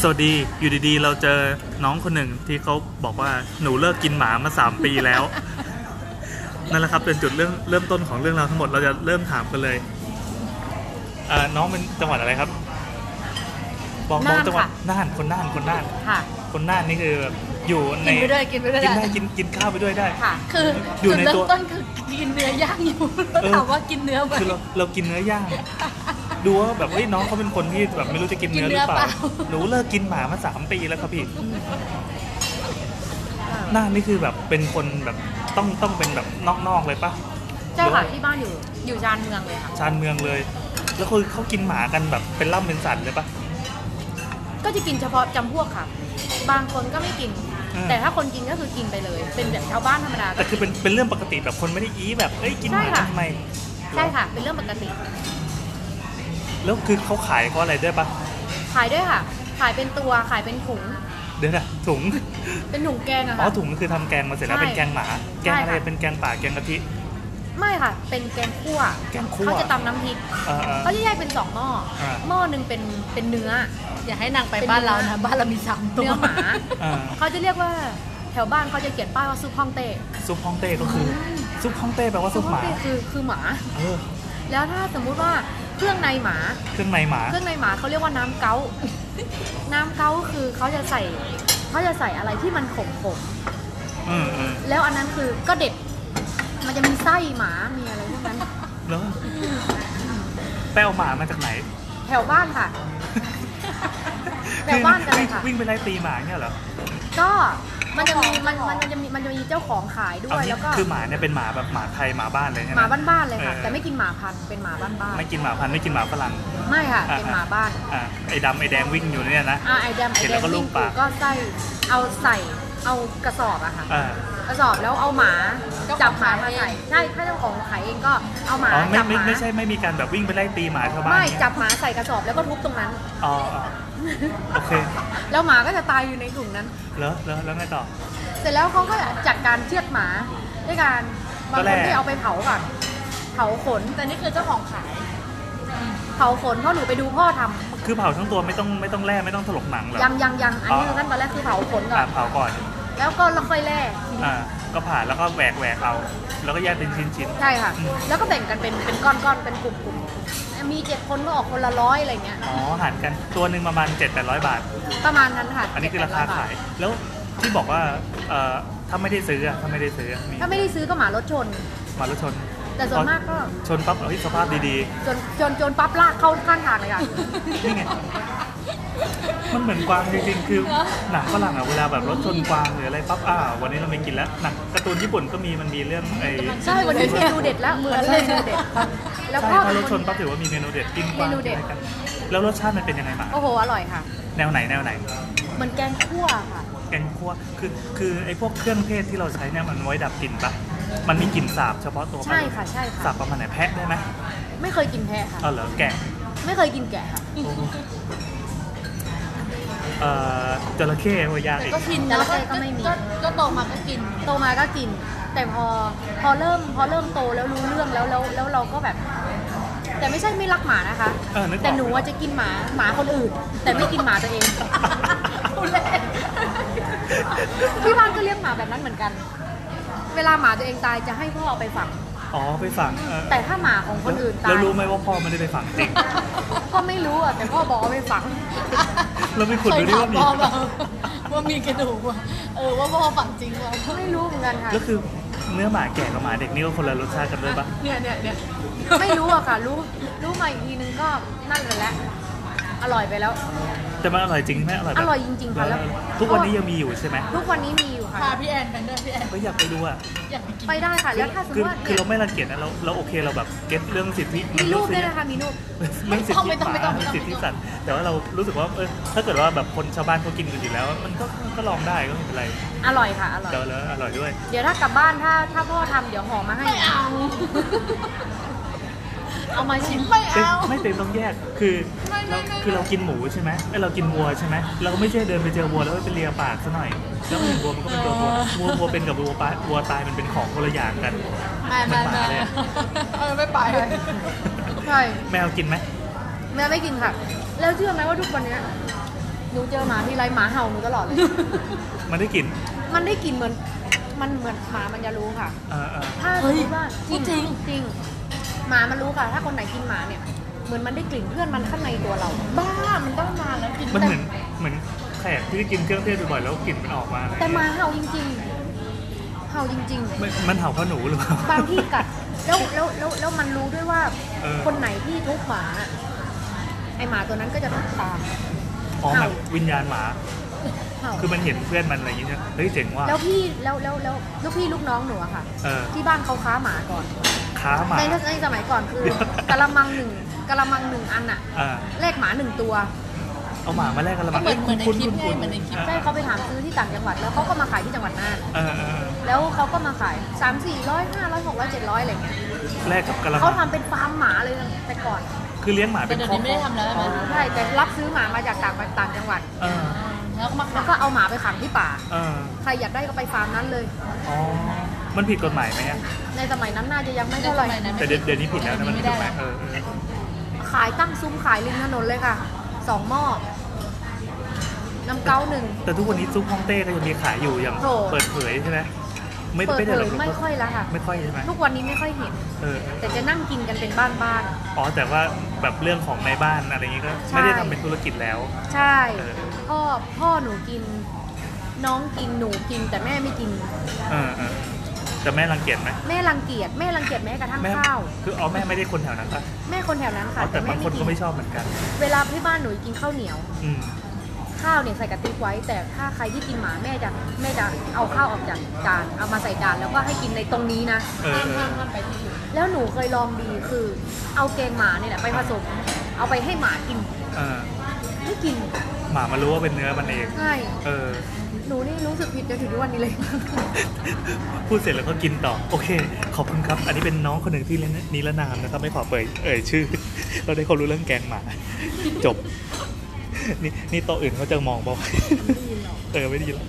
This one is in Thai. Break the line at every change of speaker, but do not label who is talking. สวัสดีอยู่ดีๆ เราเจอน้องคนหนึ่งที่เขาบอกว่าหนูเลิกกินหมามา 3 ปีแล้ว นั่นแหละครับเป็นจุดเรื่องเริ่มต้นของเรื่องราวทั้งหมดเราจะเริ่มถามกันเลยอ่าน้องเป็นจังหวัดอะไรครับ บอกบอก
น่าน
จังหวัด
ค่ะ
น่านคนน่านคนน่าน
ค่ะ
คนน่านนี่คืออยู่ใน
กินไปด้วยกินไปด้วย
กินได้กินกินข้าวไปด้วยได้
ค่ะ คือ
อยู่
จุด
ใน
เริ่
ตั
ม
ว
ต้นคือกินเนื้อย่างอยู่ แล้ว
เออ
ถามว่ากินเนื้อไหม
คือเราเรากินเนื้ อย่าง ดูว่าแบบเฮ้ยน้องเขาเป็นคนที่แบบไม่รู้จะกินเนื้อหรือเปล่าหนูเลิกกินหมามาสามปีแล้วครับ พี่ น่านนี่คือแบบเป็นคนแบบต้องต้องเป็นแบบนอกๆเลยปะ
เจ้าค่ะที่บ้านอยู่อยู่ชานเมืองเลยค่ะ
ชานเมืองเลย แล้วคือเขากินหมากันแบบเป็นล่ำเป็นสันเลยปะ
ก็จะกินเฉพาะจำพวกค่ะ บางคนก็ไม่กิน
อืม
แต่ถ้าคนกินก็คือกินไปเลย เป็นแบบชาวบ้านธรรมดา
แต่คือเป็นเป็นเรื่องปกติแบบคนไม่ได้อีแบบเอ้ยกินหมา
ใช่ค่ะ
ทำไม
ใช่ค่ะ เป็นเรื่องปกติ
แล้วคือเขาขายเขาอะไรด้วยปะ
ขายด้วยค่ะ ขายเป็นตัวขายเป็นถุง
เดี๋ยวนะถุง
เป็นถุงแกงอะ
อ๋อ
ค่ะ
ถุงคือทำแกงมาเสร็จแล้ว
ใช่
เป็นแกงหมา แกงอะไร
ใช่ค่ะ
เป็นแกงป่าแกงกะทิ
ไม่ค่ะ เป็นแกงคั่ว
แกงคั่ว
เขาจะตำน้ำพริก
เออเออ
เขาจะแยกเป็นสองหม้ออา หม้อหนึ่งเป็นเป็นเนื้อ
อย่าให้นางไปบ้านเรานะ บ้านเรามีสามตัว
เนื้อหมา
เออ
เขาจะเรียกว่าแถวบ้านเขาจะเขียนป้ายว่าซุปฮ่องเต้
ซุปฮ่องเต้ก็คืออซุปฮ่องเต้แปลว่าซุ
ซุป
ปห
ฮ่อง
มา
เต้คือคือหมา
เออ
แล้วถ้าสมมุติว่าเครื่องในหมา
เครื่องในหมา
เครื่องในหมาเขาเรียกว่าน้ำเก๊า น้ำเก๊าคือเขาจะใส่เขาจะใส่อะไรที่มันขมขม
อืมอืม
ๆแล้วอันนั้นคือก็เด็ด มันจะมีไส้หมา มีอะไรพวกนั้น
แล้วแป้วหมามาจากไหน
แถวบ้านค่ะ แบบบ้านกันเลยค่ะ
วิ่งไปไล่ตีหมาเนี่ยเหรอ
ก็มันจะมีมันมันจะมีมันจะมีเจ้าของขายด้
เอา
วย
งี้
แล้วก็
คือหมาเนี่ยเป็นหมาแบบหมาไทยหมาบ้านเลยใช่ไห
ห
ม
มาบ้านๆเลยค่ะ
เออ
แต่ไม่กินหมาพันธุ์เป็นหมาบ้าน
ไม่กินหมาพันธุ์ไม่กินหมาฝรั่ง
ๆไม่ค่ะ
อ่า
เป็นหมาบ้าน
อ่าไอ้ดำไอ้แดงวิ่งอยู่เนี่ยนะ
อ่าไอแดมไอ
เสร็จ
แด
แล้ว
ม
ก็ลู
วิ่
บ
ง
ปาก
ปูก็ใส่เอาใส่เอากระสอบอะค่ะ
อ่าก
ระสอบแล้วเอาหมาจับหมามาใส่ใช่ถ้าเจ้าของขายเองก็เอาหมา
อ๋อไม่
จับห
ไม่
มา
ไม่ใช่ไม่มีการแบบวิ่งไปไล่ตีหมาชาวบ้าน
ไม่
เนี่ย
จับหมาใส่กระสอบแล้วก็ทุบตรงนั้น
อ๋ออ๋อโอเค
แล้วหมาก็จะตายอยู่ในถุงนั้น
แล้วแล้วแล้วไงต่อ
เสร็จแล้วเขาก็จัดการเชือดหมาด้วยการบาง
ก็
ค
แล
น
ก
ที่เอาไปเผาก่อนเผาขน
แต่นี่คือเจ้าของขาย
เผาขนเพราะหนูไปดูพ่อทำ
คือเผาทั้งตัวไม่ต้องไม่ต้องแล่ไม่ต้องถลกหนังเหรอ
ยังยังยังอันนี้
อ๋อ
คือขั้นตอนแรกคือเผาขนก่อ
อ่าน เผาก่อน
แล้วก็แล้วค่อยแล่
อ่าก็ผ่านแล้วก็แหวกแหวกเอา แล้วก็แยกเป็นชิ้นชิ้น
ใช่ค่ะ
อืม
แล้วก็แบ่งกันเป็นเป็นก้อนก้อนๆเป็นกลุ่มกลุ่มมีเจ็ดคนก็ออกคนละร้อยอะไรเงี้ย
อ๋อหันกันตัวหนึ่งประมาณ7 8 0 0 บาท
ประมาณนั้นค่ะ
อันนี้คือราคา
700บท
ขาย แล้วที่บอกว่าเอ่อถ้าไม่ได้ซื้ออะถ้าไม่ได้ซื้ออะมี
ถ้าไม่ได้ซื้อก็หมารถชน
มารถชน
แต่ส่วนมากก็
ชนปั๊บเอ้ยสภาพดี
จนจนจนปั๊บลากเข้าข้างทางเลยค่ะ
ๆนี่ไงมันเหมือนกวางจริงๆคือ
เห
ห
รอ
นังฝรั่งอะเวลาแบบรถชนกวางหรืออะไรปั๊บอ้าววันนี้เราไม่กินแล้วหนังการ์ตูนญี่ปุ่นก็มีมันมีเรื่องไอ้
ใช่วันนี้เมนูเด็ดแล้วเหมือนเลยเมนูเด็ดแล้ว
ใช่
ก็
ถ้ารถชนปั๊บถือว่ามีเมนูเด็ดกินกวาง
เมนูเด็ด
กิอะไรกันแล้วรสชาติมันเป็นยังไงมา
โอ้โหอร่อยค่ะ
แนวไหนแนวไหน
เหมือนแกงคั่วค่ะ
แกงคั่วคือคือไอ้พวกเครื่องเทศที่เราใช้เนี่ยมันไว้ดับกลิ่นปะมันมีกลิ่นสาบเฉพาะตัวป
ใช่ค่ะใช่ค่ะ
สาบประมาณไหนแพะได้ไหม
ไม่เคยกินแพะค่ะ
เออเหรอแกะ
ไม่เคยกินแกะค่ะ
โอ้โหเอ่อจระเข้หัวยาง
แต่
อีก
ก็กิน
จ
นะ
ระเข้ก็ไม่มี
ก็ก็โตมาก็กิน
โตมาก็กิน แต่พอพอเริ่มพอเริ่มโตแล้วรู้เรื่องแล้วแล้วแล้วเราก็แบบ แต่ไม่ใช่ไม่รักหมานะคะ
เออนึกออก
แต่หนูว่าจะกินหมาหมาคนอื่น แต่ไม่กินหมาตัวเอง ที่บ้านก็เลี้ยงหมาแบบนั้นเหมือนกัน เวลาหมาตัวเองตายจะให้พ่อเอาไปฝัง
อ๋อไปฝังเออ
แต่ถ้าหมาของคนอื่นตา
แล้ว
ย
รู้ไหมว่าพ่อไม่ได้ไปฝัง จริง
ก็ไม่รู้อ่ะแต่พ่อบอกเอาไปฝัง
เราไปขุด
เค
ดู
ย
ดิ
ถาม
ว่ามี
พ่อ เปล่า ว่ามีกระดูกว่าเออว่าพ่อฝังจริงว่า
ไม่รู้เหมือนกันค่ะ
แล้วคือเนื้อหมาแก่กับหมาเด็กนี่ก็คนละรสชาติกันด้วยปะ
เนี่ยเนี่ยเนี่ย
ไม่รู้อะค่ะ รู้รู้มาอีกทีนึงก็นั่นเลยแหละอร่อยไปแล้ว
แต่มันอร่อยจริงใช่ไหมอร่อยแบบ
อร่อยจริงๆค่ะแล้ว
ทุกวันนี้ยังมีอยู่ใช่ไหม
ทุกวันนี้มีอยู่ค่ะ
พาพี่แอนกันด้วยพี่แอน
ก็อยากไปดูอะ
อยากไปกิน
ไปได้ค่ะ แล้วถ้าสมม
คือ
ติว่า
คือ
เนี่
ย เราไม่รังเกียจนะเราเราโอเคเราแบบเก็ตเรื่องสิทธิ
มีรูปด้วยนะคะ มีรูป
เรื่องสิทธิหมาสิทธิสัตว์แต่ว่าเรารู้สึกว่าเออถ้าเกิดว่าแบบคนชาวบ้านเขากินกันอยู่แล้ว มันก็ก็ลองได้ก็ไม่เป็นไร
อร่อยค่ะ อร่อย
แล้วแล้วอร่อยด้วย
เดี๋ยวถ้ากลับบ้านถ้าถ้าพ่อทำเดี๋ยวห่อมาให้
ไม่เอา
เอามาชิม
ไม่เอา
ไม่เป็นต้องแยกคือ
ไม่ไม่ไม่
คือเรากินหมูใช่ไหมไอยเรากินวัวใช่ไหมเราก็ไม่ใช่เดินไปเจอวัวแล้วไปเลียปากซะหน่อย แล้วมันเห็นวัวมันก็เป็นตัววัววัววัวเป็นกับวัวปะวัวตายมันเป็นของคนละอย่างกัน
ไม่ไม่ไม่เออไม่ไป
ใช่
แมวกินไหม
แม่ไม่กินค่ะ แล้วเชื่อไหมว่าทุกวันเนี้ย
หนูเจอหมาที่ไรหมาเห่าหนูตลอด เลย
มันได้กลิ่น
มันได้กลิ่นเหมือน มันเหมือนหมามันจะรู้ค่ะ
เออเออ
ถ้าส
เฮ้
ม
ย
มติว่า
พูดจริง
จริงหมามันรู้ค่ะ ถ้าคนไหนกินหมาเนี่ย เหมือนมันได้กลิ่นเพื่อนมันข้างในตัวเรา
บ้ามันต้องนานแล้วกิน
มัน
แต่
เหมือนเหมือนแขกที่ได้กินเครื่องเทศบ่อยๆแล้วกลิ่นมันออกมาอะไร
แต่หมาเห่าจริง ๆ เห่าจริง ๆ
มันมันเห่าเพราะหนูหรือเปล่า
บางที่กัดแล้วแล้วแล้วแล้วมันรู้ด้วยว่า
เออ
คนไหนที่ทุบหมาอะไอหมาตัวนั้นก็จะทุบตาม
อ๋อแบบวิญญาณหมา
เห่า
คือมันเห็นเพื่อนมันอะไรอย่างเงี้ยเฮ้ยเจ๋งว่ะ
แล้วพี่แล้วแล้วแล้วลูกพี่ลูกน้องหนูอะค่ะ
เออ
ที่บ้านเขาค้าหมาก่อน
ค้าหมา
ในในสมัยก่อนคือ
เดี๋ยว
กะละมังหนึ่งกะละมังหนึ่งอันอะ
อ่า
แลกหมาหนึ่งตัว
เอาหมามาแลกกันละ
ก็
มั้ง
เหมือนเหมือนใน
คุ้ๆ
คลิ
คุ้
ปไง
ๆ
เหมือนในคลิป
ใช่เขาไปถามซื้อที่ต่างจังหวัด แล้วเขาก็มาขายที่จังหวัดน่าน
เออเออเออ
แล้วเขาก็มาขายสามสี่ร้อยห้าร้อยหกร้อยเจ็ดร้อยอะไรเงี้ย
แลกกับกะละ
เขาทำ
มัง
เป็นฟาร์มหมาเลยนะแต่ก่อน
คือเลี้ยงหมา
แต่
เป็น
เดี๋ย
ค
ว
รอบ
นี้ไม่ได้ทำแล้วใช่ไหม
ใช่แต่รับซื้อหมามาจากต่างต่างจังหวัด
เออ
แล้วก็มา
แล้
ขาว ก
ก็เอาหมาไปขังที่ป่า
เออ
ใครอยากได้ก็ไปฟาร์มนั้นเลย
อ๋อมันผิดกฎหมายไหมอะ
ในสมัยนั้นน่าจะยังไม่
ในส
เท่าไหร่
มัยนั้น
แต่เดี๋ยวเดี๋ยวนี้ผิดแล้วนะมันผิ
ไม่
ดก
ได้
ฎหมายว
แล้
เออเออ
ขายตั้งซุ้มขายริมถนนเลยค่ะสองหม้อน้ำเก้าหนึ่ง
แต่ทุกวันนี้ซุปฮ่องเต้ก็ยังมีขายอยู่อย่าง
โถ
เปิดเผยใช่ไหมไม่
เปิด
ไม่
เผ
ได้หรอย ก
ไม่ค่อยแล้วค่ะ
ไม่ค่อยใช่ไหม
ทุกวันนี้ไม่ค่อยเห็น
เออเออ
แต่จะนั่งกินกันเป็นบ้าน
อ๋อแต่ว่าแบบเรื่องของในบ้านอะไรอย่างงี้ก็
ใช่
ไม่ได้ทำเป็นธุรกิจแล้ว
ๆ ใช่
เออ
พ่อพ่อหนูกิน น้องกินหนูกิน แต่แม่ไม่กิน
เออเออแต่แม่รังเกียจไหม
แม่รังเกียจแม่รังเกียจแม้กระทั่ง
แม่
ข้าว
คืออ๋อแม่ไม่ได้คนแถวนั้นปะ
แม่คนแถวนั้นค่ะ
อ๋อแต่
แต่แม่
บางค
ไม่
น
กิ
ก็
น
ไม่ชอบเหมือนกัน
เวลาที่บ้านหนูกินข้าวเหนียว
อืม
ข้าวเนี่ยใส่กระติกไว้ แต่ถ้าใครที่กินหมาแม่จะแม่จะเอาข้าวออกจากจานเอามาใส่จานแล้วก็ให้กินในตรงนี้นะ
เออ
ห้าม
เออ
ห้ามห้ามไปที่อื่น
แล้วหนูเคยลองดีคือ เอาแกงหมาเนี่ยแหละไปผสม เอาไปให้หมากิน
เออ
ไม่กิน
หมามารู้ว่าเป็นเนื้อมันเอง
ใช่
เออ
หนูนี่รู้สึกผิดจนถึงทุกวันนี้เลย
พูดเสร็จแล้วก็กินต่อ โอเค ขอบคุณครับ อันนี้เป็นน้องคนหนึ่งที่เล่นนิรนามนะครับ ไม่ขอเปิดเอ่ย ชื่อ เราได้ความรู้เรื่องแกงหมา จบ นี่นี่โต๊ะอื่นเขาจะมองบอก
ไม่ได้ยินหรอก
เออไม่ได้ยินหรอก